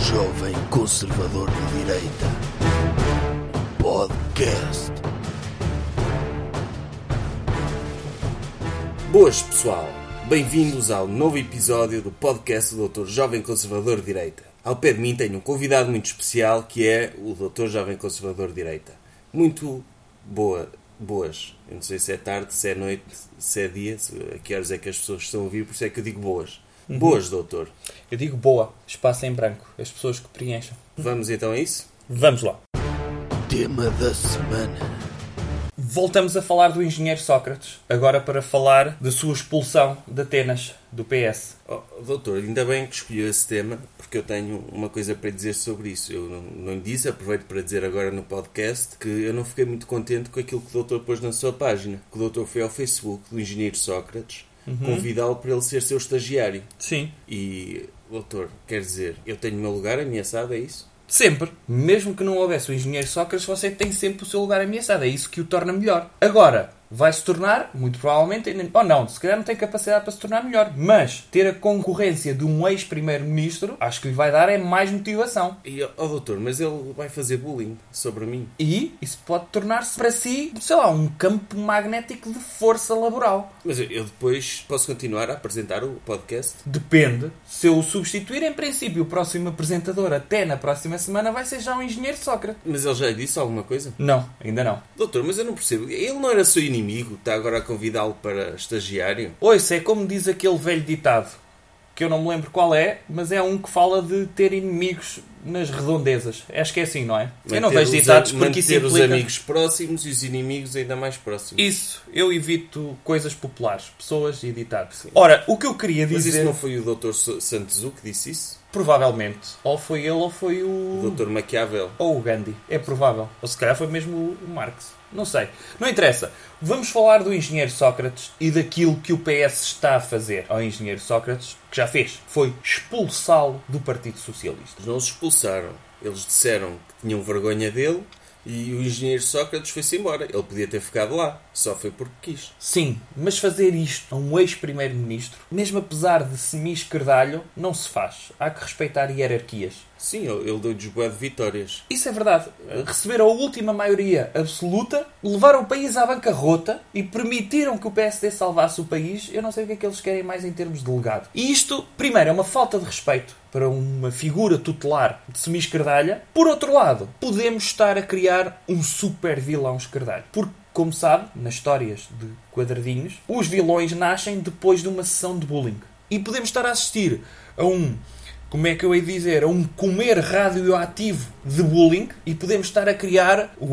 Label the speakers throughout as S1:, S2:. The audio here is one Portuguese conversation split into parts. S1: Jovem Conservador de Direita. Podcast.
S2: Boas pessoal, bem-vindos ao novo episódio do podcast do Dr. Jovem Conservador de Direita. Ao pé de mim tenho um convidado muito especial que é o Dr. Jovem Conservador de Direita. Muito boa, boas. Eu não sei se é tarde, se é noite, se é dia, se, a que horas é que as pessoas estão a ouvir, por isso é que eu digo boas. Boas, doutor.
S3: Eu digo boa, espaço em branco, as pessoas que preencham.
S2: Vamos então a isso?
S3: Vamos lá.
S1: Tema da semana.
S3: Voltamos a falar do engenheiro Sócrates, agora para falar da sua expulsão de Atenas, do PS.
S2: Oh, doutor, ainda bem que escolheu esse tema, porque eu tenho uma coisa para dizer sobre isso. Eu não, não lhe disse, aproveito para dizer agora no podcast, que eu não fiquei muito contente com aquilo que o doutor pôs na sua página. Que o doutor foi ao Facebook do engenheiro Sócrates convidá-lo para ele ser seu estagiário.
S3: Sim.
S2: E, doutor, quer dizer, eu tenho o meu lugar ameaçado, é isso?
S3: Sempre. Mesmo que não houvesse o engenheiro Sócrates, você tem sempre o seu lugar ameaçado. É isso que o torna melhor. Agora, vai se tornar, muito provavelmente, ainda- ou não, se calhar não tem capacidade para se tornar melhor. Mas ter a concorrência de um ex-primeiro-ministro, acho que lhe vai dar é mais motivação.
S2: E, oh, doutor, mas ele vai fazer bullying sobre mim.
S3: E isso pode tornar-se para si, sei lá, um campo magnético de força laboral.
S2: Mas eu, eu depois posso continuar a apresentar o podcast?
S3: Depende. Se eu o substituir, em princípio, o próximo apresentador, até na próxima semana, vai ser já um engenheiro Sócrates.
S2: Mas ele já lhe disse alguma coisa?
S3: Não, ainda não.
S2: Doutor, mas eu não percebo. Ele não era seu inimigo, está agora a convidá-lo para estagiário?
S3: Ouça, é como diz aquele velho ditado, que eu não me lembro qual é, mas é um que fala de ter inimigos nas redondezas. Acho que é assim, não é? eu não
S2: Manter
S3: vejo
S2: os
S3: ditados
S2: am-
S3: porque isso
S2: manter os
S3: implica...
S2: amigos próximos e os inimigos ainda mais próximos.
S3: Isso, eu evito coisas populares, pessoas e ditados. Ora, o que eu queria
S2: Mas
S3: dizer,
S2: isso não foi o doutor Santezu que disse isso?
S3: provavelmente, ou foi ele ou foi
S2: O
S3: o...
S2: doutor Maquiavel?
S3: Ou o Gandhi, é provável. Ou se calhar foi mesmo o Marx. Não sei. Não interessa. Vamos falar do engenheiro Sócrates e daquilo que o PS está a fazer ao engenheiro Sócrates, que já fez. Foi expulsá-lo do Partido Socialista.
S2: Eles não os expulsaram. Eles disseram que tinham vergonha dele e o engenheiro Sócrates foi-se embora. Ele podia ter ficado lá. Só foi porque quis.
S3: Sim, mas fazer isto a um ex-primeiro-ministro, mesmo apesar de semi-esquerdalho, não se faz. Há que respeitar hierarquias.
S2: Sim, ele ele deu-lhes boé de vitórias.
S3: Isso é verdade. Receberam a última maioria absoluta, levaram o país à bancarrota e permitiram que o PSD salvasse o país. Eu não sei o que é que eles querem mais em termos de legado. E isto, primeiro, é uma falta de respeito para uma figura tutelar de semi-esquerdalha. Por outro lado, podemos estar a criar um super vilão esquerdalho. Porque, como sabe, nas histórias de quadradinhos, os vilões nascem depois de uma sessão de bullying. E podemos estar a assistir a um como é que eu hei de dizer, a um comer radioativo de bullying e podemos estar a criar o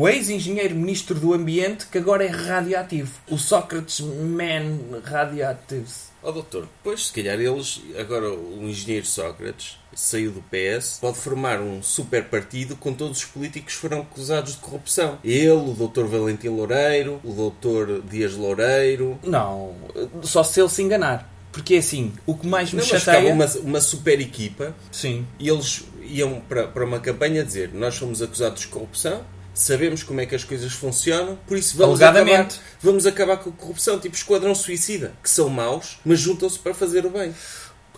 S3: ex-engenheiro-ministro do Ambiente que agora é radioativo. O Sócrates Man Radioactive.
S2: Ó doutor, pois se calhar eles, agora o engenheiro Sócrates, saiu do PS, pode formar um super partido com todos os políticos que foram acusados de corrupção. Ele, o doutor Valentim Loureiro, o doutor Dias Loureiro.
S3: Não, só se ele se enganar. Porque é assim, o que mais me
S2: Não, mas ficava
S3: chateia...
S2: uma, uma super equipa
S3: Sim.
S2: e eles iam para, para uma campanha dizer nós fomos acusados de corrupção, sabemos como é que as coisas funcionam, por isso vamos acabar,
S3: Alegadamente.
S2: vamos acabar com a corrupção, tipo esquadrão suicida, que são maus, mas juntam-se para fazer o bem.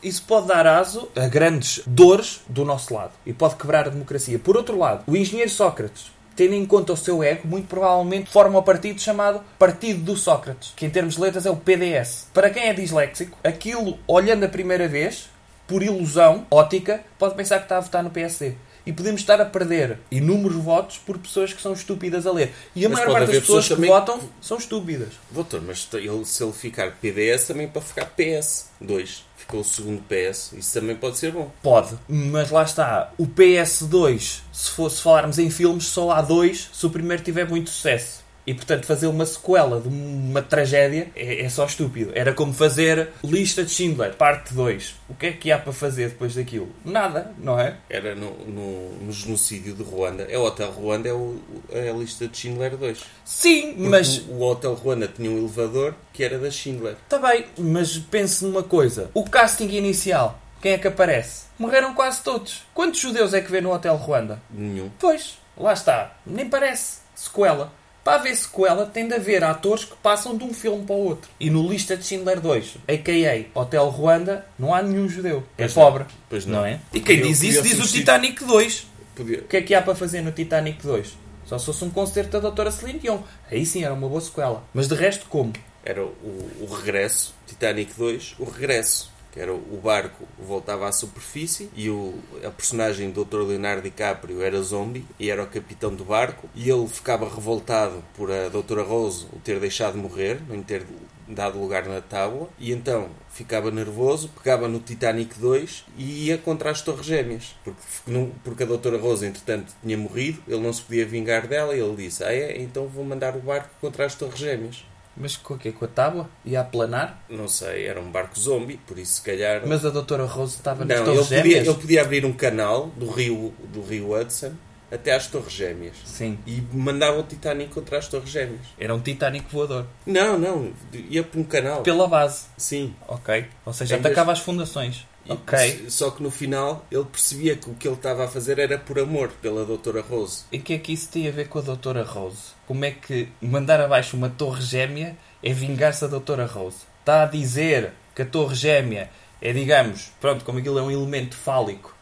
S3: Isso pode dar aso a grandes dores do nosso lado e pode quebrar a democracia. Por outro lado, o engenheiro Sócrates, tendo em conta o seu ego, muito provavelmente forma um partido chamado Partido do Sócrates, que em termos de letras é o PDS. Para quem é disléxico, aquilo, olhando a primeira vez, por ilusão ótica, pode pensar que está a votar no PSD. E podemos estar a perder inúmeros votos por pessoas que são estúpidas a ler. E a
S2: Mas
S3: maior
S2: pode
S3: parte das
S2: haver pessoas
S3: pessoas que
S2: também-
S3: votam são estúpidas.
S2: Doutor, mas t- ele- se ele ficar PDS, também pode ficar PS. 2. Ficou o segundo PS. Isso também pode ser bom.
S3: Pode, mas lá está. O PS2, se fosse falarmos em filmes, só há dois se o primeiro tiver muito sucesso. E portanto, fazer uma sequela de uma tragédia é, é só estúpido. Era como fazer Lista de Schindler, parte 2. O que é que há para fazer depois daquilo? Nada, não é?
S2: Era no, no, no genocídio de Ruanda. É o Hotel Ruanda, é, o, é a lista de Schindler 2.
S3: Sim, mas.
S2: O, o Hotel Ruanda tinha um elevador que era da Schindler.
S3: Está bem, mas pense numa coisa. O casting inicial, quem é que aparece? Morreram quase todos. Quantos judeus é que vê no Hotel Ruanda?
S2: Nenhum.
S3: Pois, lá está. Nem parece sequela. Para haver sequela, tem de haver atores que passam de um filme para o outro. E no Lista de Schindler 2, a.k.a. Hotel Ruanda, não há nenhum judeu. É
S2: Pois não.
S3: pobre.
S2: Pois
S3: não.
S2: não.
S3: é? E quem
S2: Eu
S3: diz isso
S2: queria
S3: diz o
S2: substituir-
S3: Titanic 2.
S2: Podia-
S3: O que é que há para fazer no Titanic 2? Só se fosse um concerto da Dra. Celine Dion. Aí sim era uma boa sequela. Mas de resto, como?
S2: Era o, o regresso, Titanic 2, o regresso. Que era o barco voltava à superfície e o, a personagem do Dr. Leonardo DiCaprio era zombie e era o capitão do barco. E ele ficava revoltado por a Doutora Rose o ter deixado morrer, não lhe ter dado lugar na tábua. E então ficava nervoso, pegava no Titanic 2 e ia contra as Torres Gêmeas. Porque, não- porque a Doutora Rose, entretanto, tinha morrido, ele não se podia vingar dela e ele disse: Ah, é? Então vou mandar o barco contra as Torres Gêmeas.
S3: Mas com o quê? Com a tábua? Ia a planar?
S2: Não sei, era um barco zombie, por isso se calhar.
S3: Mas a Dra. Rose estava nas
S2: não, ele
S3: torres
S2: podia,
S3: gêmeas?
S2: ele podia abrir um canal do rio, do rio Hudson até às Torres Gêmeas.
S3: Sim.
S2: E mandava o Titanic contra as Torres Gêmeas.
S3: Era um Titanic voador.
S2: Não, não, ia por um canal.
S3: Pela base.
S2: Sim.
S3: Ok. Ou seja,
S2: Ainda-
S3: atacava as fundações.
S2: E
S3: Ok.
S2: s- Só que no final ele percebia que o que ele estava a fazer era por amor pela Doutora Rose.
S3: E o que é que isso tem a ver com a Doutora Rose? Como é que mandar abaixo uma torre gêmea é vingar-se da Doutora Rose? Está a dizer que a torre gêmea é, digamos, pronto, como aquilo é um elemento fálico,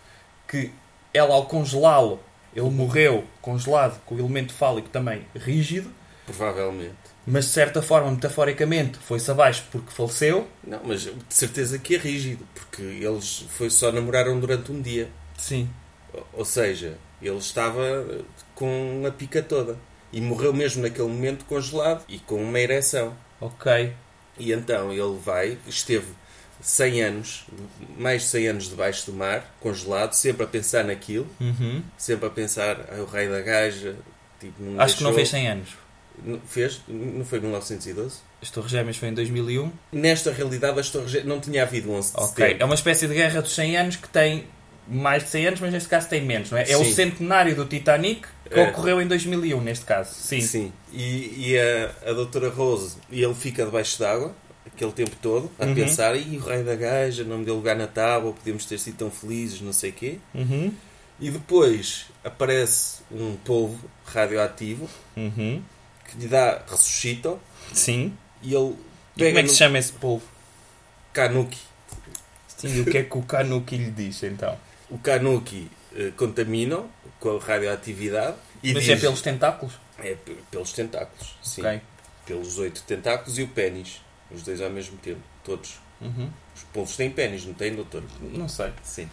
S3: que ela ao congelá-lo, ele morreu congelado com o elemento fálico também rígido,
S2: Provavelmente.
S3: mas de certa forma, metaforicamente, foi-se abaixo porque faleceu.
S2: Não, mas de certeza que é rígido, porque eles foi só namoraram durante um dia.
S3: Sim.
S2: Ou seja, ele estava com a pica toda. E morreu mesmo naquele momento congelado e com uma ereção.
S3: Ok.
S2: E então ele vai, esteve 100 anos, mais de 100 anos debaixo do mar, congelado, sempre a pensar naquilo,
S3: Uhum.
S2: sempre a pensar, "Ai, o rei da gaja. Tipo, me
S3: Acho que não fez
S2: deixou."
S3: 100 anos.
S2: Não- Fez? Não foi 1912?
S3: As torres gêmeas foi em 2001.
S2: Nesta realidade, as torres Gêmeas- não tinha havido 11 de
S3: Ok,
S2: setembro.
S3: é uma espécie de guerra dos 100 anos que tem mais de 100 anos, mas neste caso tem menos, não é? É o
S2: Sim.
S3: centenário do Titanic que
S2: É.
S3: ocorreu em 2001, neste caso. Sim.
S2: Sim. E, e a, a doutora Rose, e ele fica debaixo d'água aquele tempo todo, a
S3: Uhum.
S2: pensar, e o rei da gaja não me deu lugar na tábua, podíamos ter sido tão felizes, não sei quê.
S3: Uhum.
S2: E depois aparece um polvo radioativo
S3: Uhum.
S2: que lhe dá, ressuscita
S3: Sim.
S2: e ele
S3: E como é que
S2: no
S3: se chama esse povo?
S2: Kanuki.
S3: Sim, e o que é que o Kanuki lhe diz então?
S2: O Kanuki eh, contamina com a radioatividade e
S3: mas
S2: diz,
S3: é pelos tentáculos?
S2: é pe- pelos tentáculos, sim.
S3: Ok.
S2: Pelos oito tentáculos e o pênis, os dois ao mesmo tempo, todos.
S3: Uhum.
S2: Os polvos têm pênis, não têm, doutor?
S3: Não sei.
S2: Sim.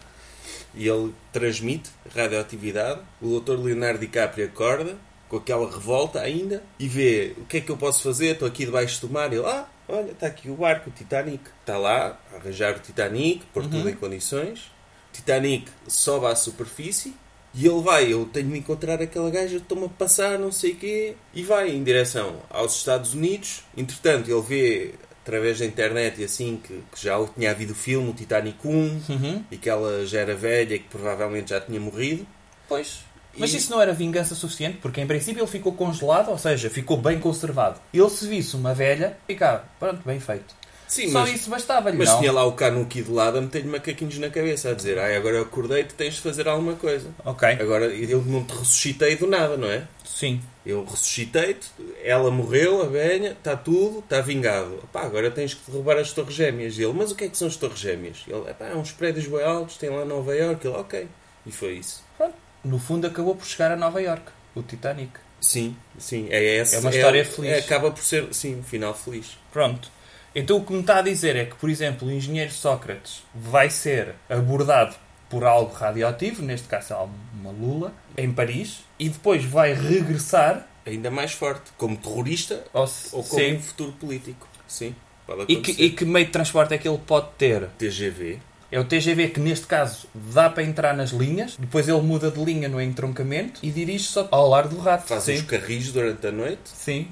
S2: E ele transmite radioatividade. O doutor Leonardo DiCaprio acorda, com aquela revolta ainda, e vê o que é que eu posso fazer, estou aqui debaixo do mar. Ele, ah, olha, está aqui o barco, o Titanic. Está lá, a arranjar o Titanic, pôr tudo em condições. O Titanic sobe à superfície. E ele vai, eu tenho de encontrar aquela gaja, estou-me a passar, não sei o quê. E vai em direção aos Estados Unidos. Entretanto, ele vê através da internet e assim que, que já tinha havido o filme, o Titanic 1,
S3: Uhum.
S2: e que ela já era velha e que provavelmente já tinha morrido.
S3: Pois. Mas
S2: E-
S3: isso não era vingança suficiente, porque em princípio ele ficou congelado, ou seja, ficou bem conservado. Ele se visse uma velha, ficava, pronto, bem feito.
S2: Sim,
S3: Só
S2: mas,
S3: isso bastava-lhe,
S2: mas
S3: não?
S2: tinha lá o Kanuki de lado a meter-lhe macaquinhos na cabeça, a dizer: Ai, agora eu acordei, tu tens de fazer alguma coisa.
S3: Ok,
S2: Agora eu não te ressuscitei do nada, não é?
S3: sim.
S2: Eu ressuscitei-te, ela morreu, a velha, está tudo, está vingado. Epá, agora tens que derrubar as Torres Gêmeas. E ele, mas o que é que são as Torres Gêmeas? Ele, epá, é uns prédios bem altos, tem lá em Nova Iorque. Ele, ok. E foi isso.
S3: no fundo acabou por chegar a Nova York, o Titanic.
S2: Sim, sim, é essa.
S3: É uma história feliz.
S2: acaba por ser, sim, um final feliz.
S3: Pronto. Então o que me está a dizer é que, por exemplo, o engenheiro Sócrates vai ser abordado por algo radioativo, neste caso é uma lula, em Paris, e depois vai regressar
S2: Ainda mais forte, como terrorista
S3: ao
S2: Ou como
S3: Sim.
S2: um futuro político. Sim, pode
S3: E que,
S2: acontecer.
S3: e que meio de transporte é que ele pode ter?
S2: TGV.
S3: É o TGV que, neste caso, dá para entrar nas linhas, depois ele muda de linha no entroncamento e dirige só ao lar do rato.
S2: Faz
S3: Sim.
S2: os carris durante a noite
S3: Sim.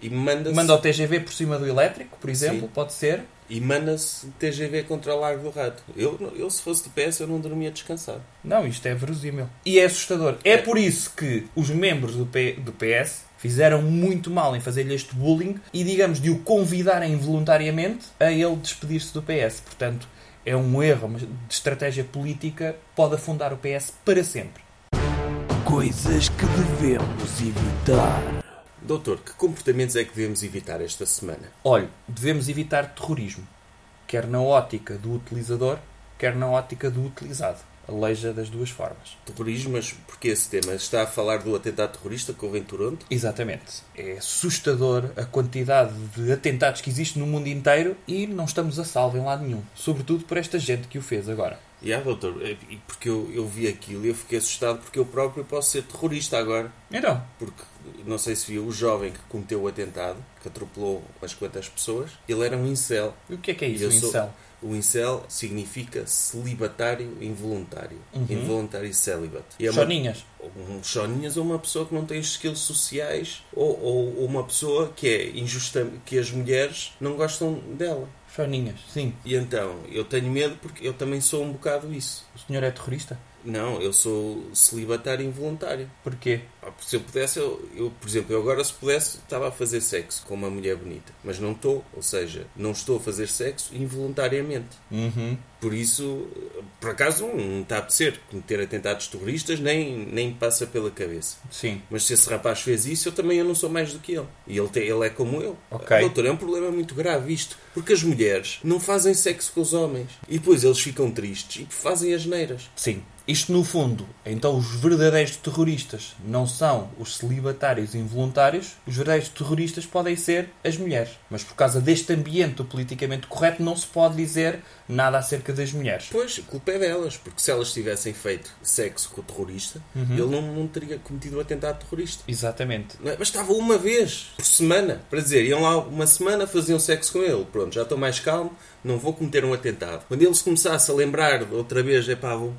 S2: e manda-se
S3: Manda o TGV por cima do elétrico, por exemplo,
S2: Sim.
S3: pode ser.
S2: e manda-se TGV contra o Largo do Rato. Eu, eu se fosse de PS, eu não dormia descansado.
S3: Não, isto é verosímil. E é assustador. É, por isso que os membros do, P- do PS fizeram muito mal em fazer-lhe este bullying e, digamos, de o convidarem voluntariamente a ele despedir-se do PS. Portanto, é um erro mas de estratégia política, pode afundar o PS para sempre.
S1: Coisas que devemos evitar.
S2: Doutor, que comportamentos é que devemos evitar esta semana?
S3: Olhe, devemos evitar terrorismo, quer na ótica do utilizador, quer na ótica do utilizado. Aleija das duas formas.
S2: Terrorismo, mas porquê esse tema? Está a falar do atentado terrorista que houve em Toronto?
S3: Exatamente. É assustador a quantidade de atentados que existe no mundo inteiro e não estamos a salvo em lado nenhum. Sobretudo por esta gente que o fez agora.
S2: E ah, doutor, é- e porque eu, eu vi aquilo e eu fiquei assustado porque eu próprio posso ser terrorista agora.
S3: Então,
S2: Porque, não sei se viu, o jovem que cometeu o atentado, que atropelou umas quantas pessoas, ele era um incel.
S3: e o que é que é
S2: E
S3: isso,
S2: eu sou-
S3: incel?
S2: O incel significa celibatário involuntário.
S3: Uhum.
S2: Involuntário celibate. E é uma-
S3: Soninhas.
S2: um choninhas ou uma pessoa que não tem os skills sociais ou, ou- ou uma pessoa que é injusta que as mulheres não gostam dela.
S3: Soninhas, sim.
S2: E então, eu tenho medo porque eu também sou um bocado isso.
S3: O senhor é terrorista?
S2: Não, eu sou celibatário involuntário.
S3: Porquê?
S2: Ah, Se eu pudesse, eu, eu, por exemplo, eu agora se pudesse, estava a fazer sexo com uma mulher bonita. Mas não estou, ou seja, não estou a fazer sexo involuntariamente.
S3: Uhum.
S2: Por isso, por acaso, não está a apetecer cometer atentados terroristas, nem, nem me passa pela cabeça.
S3: Sim.
S2: Mas se esse rapaz fez isso, eu também eu não sou mais do que ele. E ele, tem- ele é como eu.
S3: Ok.
S2: Doutor, é um problema muito grave isto. Porque as mulheres não fazem sexo com os homens. E depois eles ficam tristes e fazem as neiras.
S3: Sim. Isto no fundo, então os verdadeiros terroristas não são os celibatários involuntários, os verdadeiros terroristas podem ser as mulheres. Mas por causa deste ambiente do politicamente correto não se pode dizer nada acerca das mulheres.
S2: Pois, a culpa é delas. Porque se elas tivessem feito sexo com o terrorista, ele não, não teria cometido o atentado terrorista.
S3: Exatamente.
S2: Não é? Mas estava uma vez por semana, para dizer, iam lá uma semana, faziam sexo com ele, pronto, já estou mais calmo, não vou cometer um atentado. Quando ele se começasse a lembrar de outra vez, é pá, vou-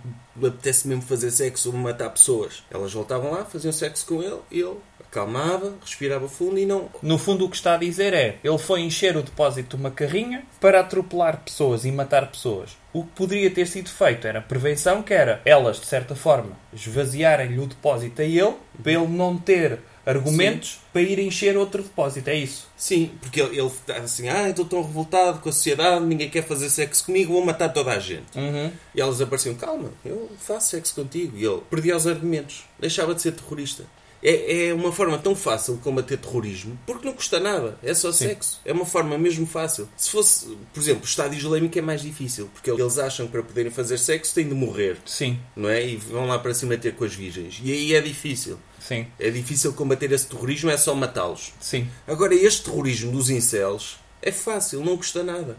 S2: apetece mesmo fazer sexo ou matar pessoas, elas voltavam lá, faziam sexo com ele, e ele acalmava, respirava fundo e não.
S3: No fundo, o que está a dizer é: ele foi encher o depósito de uma carrinha para atropelar pessoas e matar pessoas. O que poderia ter sido feito era prevenção, que era elas, de certa forma, esvaziarem-lhe o depósito a ele, para ele não ter argumentos para ir encher outro depósito. É isso.
S2: Sim, porque ele, ele está assim, ah, estou tão revoltado com a sociedade, ninguém quer fazer sexo comigo, vou matar toda a gente.
S3: Uhum.
S2: E elas apareciam, calma, eu faço sexo contigo. E ele perdia os argumentos, deixava de ser terrorista. É, é uma forma tão fácil de combater terrorismo, porque não custa nada, é só sexo. É uma forma mesmo fácil. Se fosse, por exemplo, o Estado Islâmico é mais difícil, porque eles acham que para poderem fazer sexo têm de morrer,
S3: Sim,
S2: não é? E vão lá para cima ter com as virgens. E aí é difícil.
S3: sim,
S2: É difícil combater esse terrorismo, é só matá-los.
S3: sim.
S2: Agora, este terrorismo dos incels é fácil, não custa nada.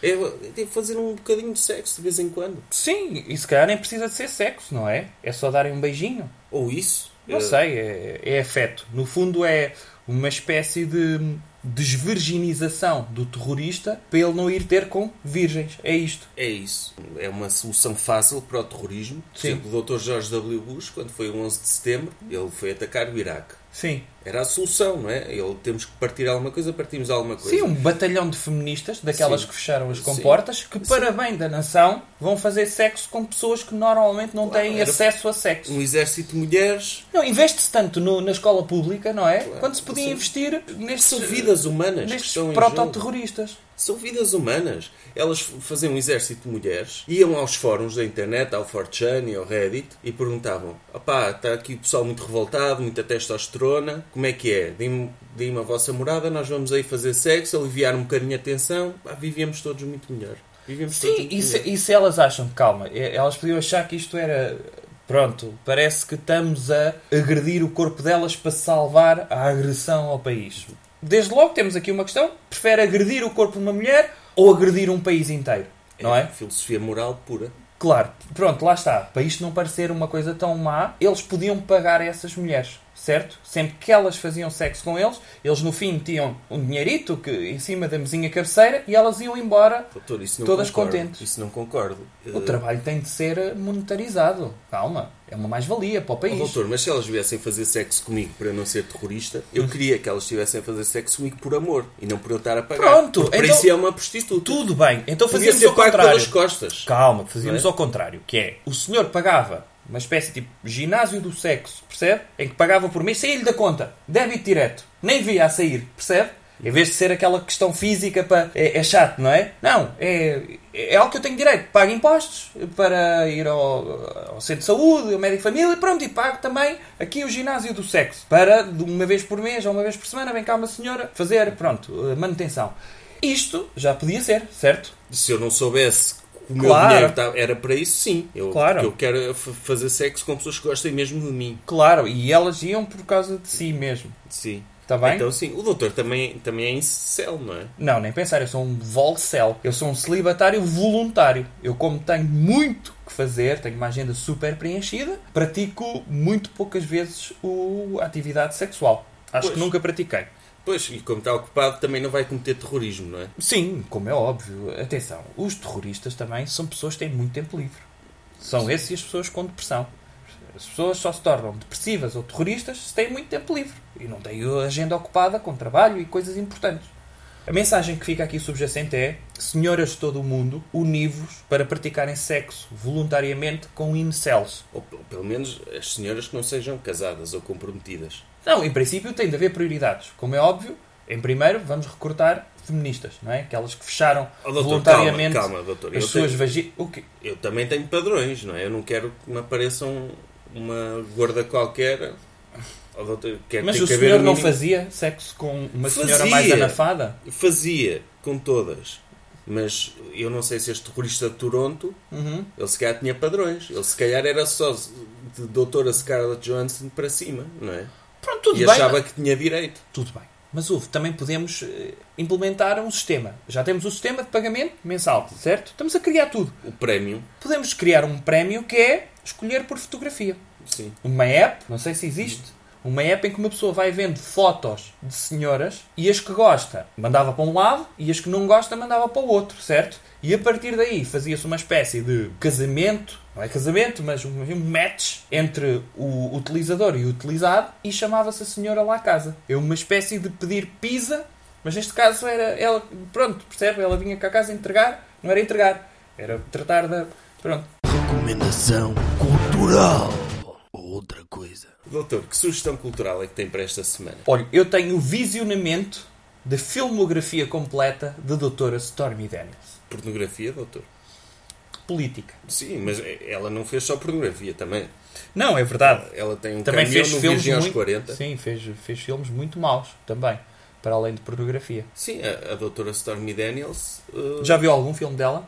S2: É, é fazer um bocadinho de sexo de vez em quando.
S3: Sim, e se calhar nem precisa de ser sexo, não é? É só darem um beijinho.
S2: Ou isso.
S3: Não
S2: Eh,
S3: sei, é, é afeto. No fundo, é uma espécie de desvirginização do terrorista para ele não ir ter com virgens. É isto.
S2: É isso. É uma solução fácil para o terrorismo. Por
S3: Sim.
S2: exemplo, o Dr. George W. Bush, quando foi o 11 de setembro, ele foi atacar o Iraque.
S3: Sim.
S2: Era a solução, não é? Ele, temos que partir alguma coisa, partimos alguma coisa.
S3: Sim, um batalhão de feministas, daquelas
S2: é. Sim.
S3: que fecharam as
S2: Sim.
S3: comportas, que, para bem da nação, vão fazer sexo com pessoas que normalmente não
S2: Claro,
S3: têm
S2: era-
S3: acesso a sexo.
S2: Um exército de mulheres
S3: Não, investe-se tanto no- na escola pública, não é? Quando se podia
S2: Sim.
S3: investir nestes,
S2: são vidas humanas que
S3: nestes
S2: estão em jogo.
S3: prototerroristas.
S2: São vidas humanas. Elas f- faziam um exército de mulheres, iam aos fóruns da internet, ao 4chan e ao Reddit, e perguntavam: opá, está aqui o pessoal muito revoltado, muita testosterona, como é que é? Deem-me deem a vossa morada, nós vamos aí fazer sexo, aliviar um bocadinho a tensão, pá, vivíamos todos muito melhor. Vivíamos todos
S3: Sim,
S2: muito
S3: e se,
S2: melhor.
S3: e se elas acham, calma, e- elas podiam achar que isto era. Pronto, parece que estamos a agredir o corpo delas para salvar a agressão ao país. Desde logo temos aqui uma questão: prefere agredir o corpo de uma mulher ou agredir um país inteiro? Não é?
S2: Filosofia moral pura.
S3: Claro, pronto, lá está. Para isto não parecer uma coisa tão má, eles podiam pagar a essas mulheres, certo? Sempre que elas faziam sexo com eles, eles no fim metiam um dinheirito que, em cima da mesinha cabeceira e elas iam embora
S2: Doutor, isso não
S3: Todas
S2: concordo.
S3: contentes.
S2: Isso não concordo.
S3: O
S2: Eh,
S3: trabalho tem de ser monetarizado. Calma, é uma mais-valia para o
S2: Oh,
S3: país.
S2: doutor, mas se elas viessem fazer sexo comigo para eu não ser terrorista,
S3: Hum.
S2: eu queria que elas estivessem a fazer sexo comigo por amor e não por eu estar a pagar.
S3: Pronto,
S2: Porque para
S3: então-
S2: isso é uma prostituta.
S3: Tudo bem, então
S2: Podia
S3: fazíamos
S2: ser
S3: ao
S2: pago pelas
S3: contrário.
S2: costas.
S3: Calma, fazíamos
S2: Não é?
S3: ao contrário, que é, o senhor pagava uma espécie de tipo, ginásio do sexo, percebe? Em que pagava por mês, saía-lhe da conta, débito direto, nem via a sair, percebe? Em vez de ser aquela questão física para é, é chato, não é? Não, é, é algo que eu tenho direito. Pago impostos para ir ao, ao centro de saúde, ao médico de família, e pronto, e pago também aqui o ginásio do sexo. Para de uma vez por mês ou uma vez por semana, vem cá uma senhora fazer, pronto, a manutenção. Isto já podia ser, certo?
S2: Se eu não soubesse que o meu
S3: Claro.
S2: dinheiro tá- era para isso, sim. Eu,
S3: Claro.
S2: porque eu quero é fa- fazer sexo com pessoas que gostem mesmo de mim.
S3: Claro, e elas iam por causa de si mesmo.
S2: Sim.
S3: Está bem?
S2: Então, sim. O doutor também, também é incel, não é?
S3: Não, nem pensar, eu sou um volcel. Eu sou um celibatário voluntário. Eu, como tenho muito que fazer, tenho uma agenda super preenchida, pratico muito poucas vezes o- a atividade sexual. Acho
S2: Pois.
S3: que nunca pratiquei.
S2: Pois, e como está ocupado, também não vai cometer terrorismo, não é?
S3: Sim, como é óbvio. Atenção, os terroristas também são pessoas que têm muito tempo livre. São esses e as pessoas com depressão. As pessoas só se tornam depressivas ou terroristas se têm muito tempo livre e não têm a agenda ocupada com trabalho e coisas importantes. A mensagem que fica aqui subjacente é: senhoras de todo o mundo, univos para praticarem sexo voluntariamente com incels.
S2: Ou p- pelo menos as senhoras que não sejam casadas ou comprometidas.
S3: Não, em princípio tem de haver prioridades. Como é óbvio, em primeiro vamos recrutar feministas, não é? Aquelas que fecharam
S2: Oh, doutor,
S3: voluntariamente
S2: calma, calma, doutor.
S3: as
S2: Eu
S3: suas
S2: tenho-
S3: vaginas. O quê?
S2: Eu também tenho padrões, não é? Eu não quero que me apareça um- uma gorda qualquer. Oh, doutor, quer,
S3: Mas
S2: tem
S3: o
S2: que haver um
S3: senhor não
S2: mínimo-
S3: fazia sexo com uma
S2: Fazia.
S3: senhora mais anafada?
S2: Fazia com todas. Mas eu não sei se este terrorista de Toronto, ele se calhar tinha padrões. Ele se calhar era só de doutora Scarlett Johansson para cima, não é?
S3: Pronto,
S2: e
S3: tudo bem.
S2: achava que tinha direito.
S3: Tudo bem. Mas houve, também podemos eh, implementar um sistema. Já temos o sistema de pagamento mensal, certo? Estamos a criar tudo.
S2: O prémio,
S3: Podemos criar um prémio que é escolher por fotografia.
S2: sim.
S3: Uma app, não sei se existe, uma app em que uma pessoa vai vendo fotos de senhoras e as que gosta mandava para um lado e as que não gosta mandava para o outro, certo? E a partir daí fazia-se uma espécie de casamento, não é casamento, mas um, um match entre o utilizador e o utilizado e chamava-se a senhora lá a casa. É uma espécie de pedir pizza, mas neste caso era ela, pronto, percebe? Ela vinha cá a casa entregar, não era entregar, era tratar da. Pronto.
S1: Recomendação cultural. Ou outra coisa.
S2: Doutor, que sugestão cultural é que tem para esta semana?
S3: Olha, eu tenho o visionamento da filmografia completa da doutora Stormy Daniels.
S2: Pornografia, doutor?
S3: Política.
S2: Sim, mas ela não fez só pornografia também.
S3: Não, é verdade.
S2: Ela tem um
S3: Também
S2: cameo
S3: fez
S2: no
S3: filmes
S2: Virgem aos
S3: muito...
S2: 40.
S3: Sim, fez, fez filmes muito maus também, para além de pornografia.
S2: Sim, a, a doutora Stormy Daniels uh, já.
S3: Já viu algum filme dela?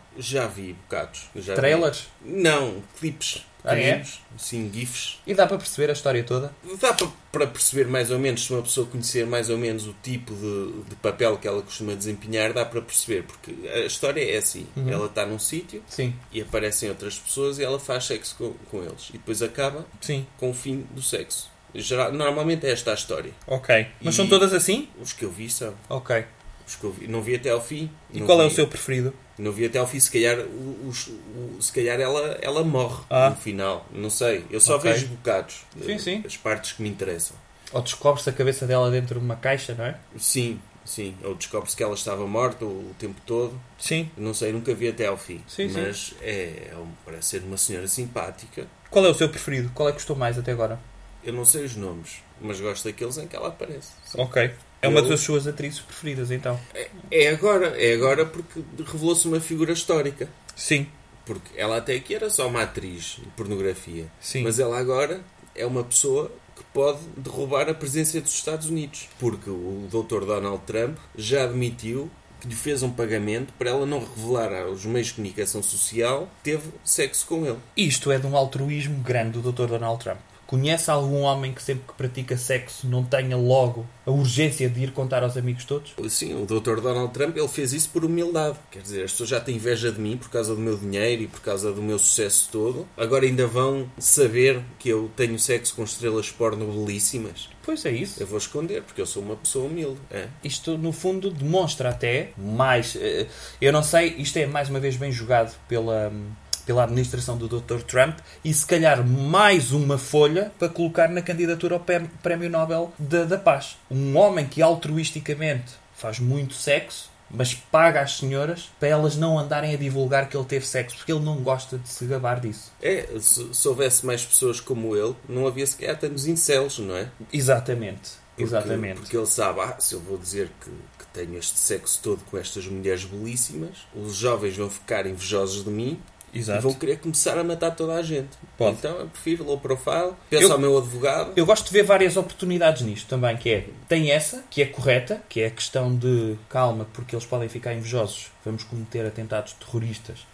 S2: vi bocados. Já vi.
S3: Trailers?
S2: Não, clipes.
S3: Ah, é?
S2: pequeninos. Sim, gifs.
S3: E dá para perceber a história toda?
S2: Dá pa- para perceber mais ou menos, se uma pessoa conhecer mais ou menos o tipo de, de papel que ela costuma desempenhar, dá para perceber. Porque a história é assim.
S3: Uhum.
S2: Ela está num sítio
S3: Sim,
S2: e aparecem outras pessoas e ela faz sexo com, com eles. E depois acaba
S3: sim.
S2: com o fim do sexo. Geral- normalmente é esta a história.
S3: Ok. Mas
S2: E-
S3: são todas assim?
S2: Os que eu vi são.
S3: Ok.
S2: Os que eu vi- Não vi até ao fim.
S3: E
S2: não
S3: qual é o
S2: vi-
S3: seu preferido?
S2: Não vi até ao fim. Se calhar, o- os- o- se calhar ela, ela morre
S3: Ah.
S2: no final. Não sei. Eu só
S3: Ok.
S2: vejo bocados.
S3: Sim,
S2: eh,
S3: sim.
S2: As partes que me interessam.
S3: Ou descobre-se a cabeça dela dentro de uma caixa, não é?
S2: Sim, sim. Ou descobre-se que ela estava morta o, o tempo todo.
S3: Sim.
S2: Não sei, nunca vi até ao fim.
S3: Sim, sim.
S2: Mas É, é um- parece ser uma senhora simpática.
S3: Qual é o seu preferido? Qual é que gostou mais até agora?
S2: Eu não sei os nomes, mas gosto daqueles em que ela aparece. Sim.
S3: Ok. É uma
S2: Eu-
S3: das suas atrizes preferidas, então.
S2: É, é agora, é agora porque revelou-se uma figura histórica.
S3: Sim.
S2: Porque ela até aqui era só uma atriz de pornografia.
S3: Sim.
S2: Mas ela agora é uma pessoa que pode derrubar a presença dos Estados Unidos. Porque o Dr. Donald Trump já admitiu que lhe fez um pagamento para ela não revelar aos meios de comunicação social que teve sexo com ele.
S3: Isto é de um altruísmo grande do Dr. Donald Trump. Conhece algum homem que sempre que pratica sexo não tenha logo a urgência de ir contar aos amigos todos?
S2: Sim, o Dr. Donald Trump ele fez isso por humildade. Quer dizer, as pessoas já têm inveja de mim por causa do meu dinheiro e por causa do meu sucesso todo. Agora ainda vão saber que eu tenho sexo com estrelas porno belíssimas.
S3: Pois é isso.
S2: Eu vou esconder, porque eu sou uma pessoa humilde. É.
S3: Isto, no fundo, demonstra até mais. eh, Eu não sei, isto é mais uma vez bem jogado pela, hum, pela administração do Dr. Trump e se calhar mais uma folha para colocar na candidatura ao Pé- Prémio Nobel da, da Paz. Um homem que altruisticamente faz muito sexo. Mas paga às senhoras para elas não andarem a divulgar que ele teve sexo, porque ele não gosta de se gabar disso.
S2: É, se, se houvesse mais pessoas como ele, não havia sequer tantos incelos, não é?
S3: Exatamente.
S2: Porque,
S3: Exatamente.
S2: Porque ele sabe, ah, se eu vou dizer que, que tenho este sexo todo com estas mulheres belíssimas, os jovens vão ficar invejosos de mim e
S3: Exato.
S2: vão querer começar a matar toda a gente.
S3: Pode.
S2: Então eu prefiro low profile, penso
S3: Eu-
S2: ao meu advogado.
S3: Eu gosto de ver várias oportunidades nisto também, que é, tem essa, que é correta, que é a questão de calma, porque eles podem ficar invejosos, vamos cometer atentados terroristas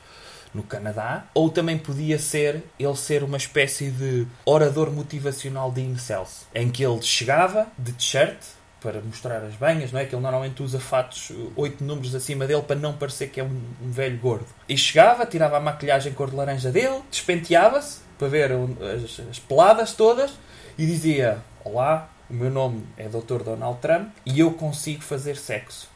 S3: no Canadá, ou também podia ser ele ser uma espécie de orador motivacional de incels, em que ele chegava de t-shirt para mostrar as banhas, não é? Que ele normalmente usa fatos uh, oito números acima dele para não parecer que é um, um velho gordo. E chegava, tirava a maquilhagem cor de laranja dele, despenteava-se para ver um, as, as peladas todas e dizia: Olá, o meu nome é Dr. Donald Trump e eu consigo fazer sexo.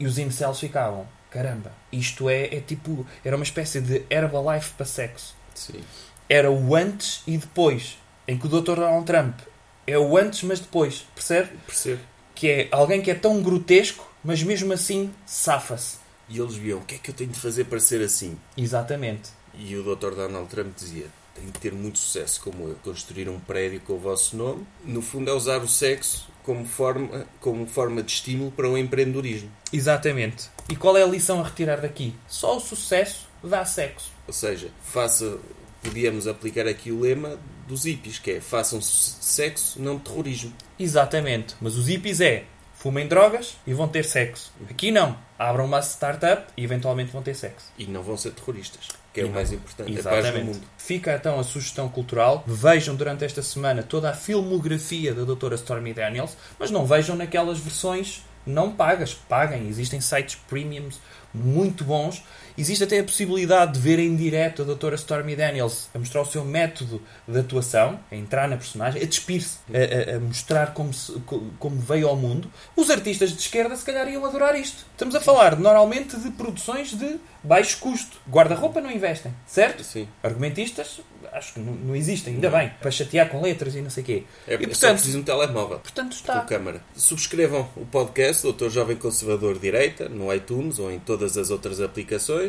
S3: E os incels ficavam: Caramba, isto é, é tipo. Era uma espécie de Herbalife para sexo.
S2: Sim.
S3: Era o antes e depois. Em que o Dr. Donald Trump é o antes, mas depois. Percebe?
S2: Percebo.
S3: que é alguém que é tão grotesco, mas mesmo assim safa-se.
S2: E eles viam, o que é que eu tenho de fazer para ser assim?
S3: Exatamente.
S2: E o Dr. Donald Trump dizia: tem de ter muito sucesso como eu, construir um prédio com o vosso nome. No fundo, é usar o sexo como forma, como forma de estímulo para o empreendedorismo.
S3: Exatamente. E qual é a lição a retirar daqui? Só o sucesso dá sexo.
S2: Ou seja, faça, podíamos aplicar aqui o lema dos hippies, que é façam su- sexo, não terrorismo.
S3: Exatamente. Mas os hippies é fumem drogas e vão ter sexo. Aqui não. Abram uma startup e eventualmente vão ter sexo.
S2: E não vão ser terroristas, que é o
S3: Não.
S2: mais importante, a paz do
S3: Exatamente.
S2: mundo.
S3: Fica então a sugestão cultural. Vejam durante esta semana toda a filmografia da doutora Stormy Daniels, mas não vejam naquelas versões não pagas. Paguem. Existem sites premiums muito bons. Existe até a possibilidade de ver em direto a doutora Stormy Daniels a mostrar o seu método de atuação, a entrar na personagem, a despir-se, a, a- a mostrar como, se- co- como veio ao mundo. Os artistas de esquerda se calhar iam adorar isto. Estamos a falar normalmente de produções de baixo custo. Guarda-roupa não investem, certo?
S2: Sim.
S3: Argumentistas, acho que não, não existem, ainda
S2: Não.
S3: bem, para chatear com letras e não sei o quê.
S2: É,
S3: e
S2: e,
S3: portanto,
S2: preciso de um telemóvel.
S3: portanto
S2: com
S3: está.
S2: câmara. Subscrevam o podcast Doutor Jovem Conservador Direita no iTunes ou em todas as outras aplicações.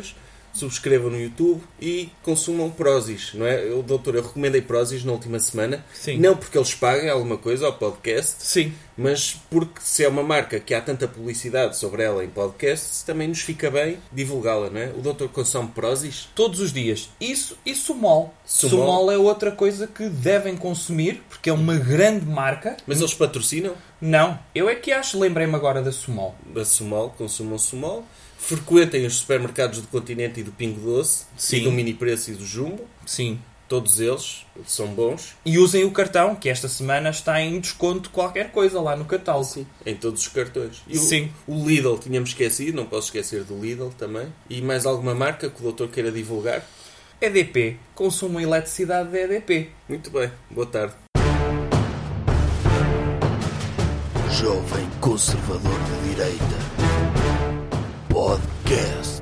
S2: Subscrevam no YouTube e consumam Prozis, não é? Eu, doutor, eu recomendei Prozis na última semana.
S3: Sim.
S2: Não porque eles paguem alguma coisa ao podcast,
S3: Sim,
S2: mas porque se é uma marca que há tanta publicidade sobre ela em podcasts, também nos fica bem divulgá-la, não é? O doutor consome Prozis?
S3: todos os dias. Isso e Sumol.
S2: Sumol.
S3: Sumol é outra coisa que devem consumir, porque é uma grande marca.
S2: Mas eles patrocinam
S3: Não, eu é que acho, lembrei-me agora da Sumol.
S2: a Sumol, consumam Sumol. Frequentem os supermercados do Continente e do Pingo Doce,
S3: Sim.
S2: e do Mini Preço e do Jumbo.
S3: Sim.
S2: Todos eles são bons
S3: E usem o cartão, que esta semana está em desconto qualquer coisa lá no catálogo.
S2: em todos os cartões. E o-
S3: Sim.
S2: O, Lidl tínhamos esquecido, não posso esquecer do Lidl também. E mais alguma marca que o doutor queira divulgar?
S3: EDP. Consumo eletricidade da EDP.
S2: Muito bem, boa tarde.
S1: Jovem Conservador de Direita. Podcast.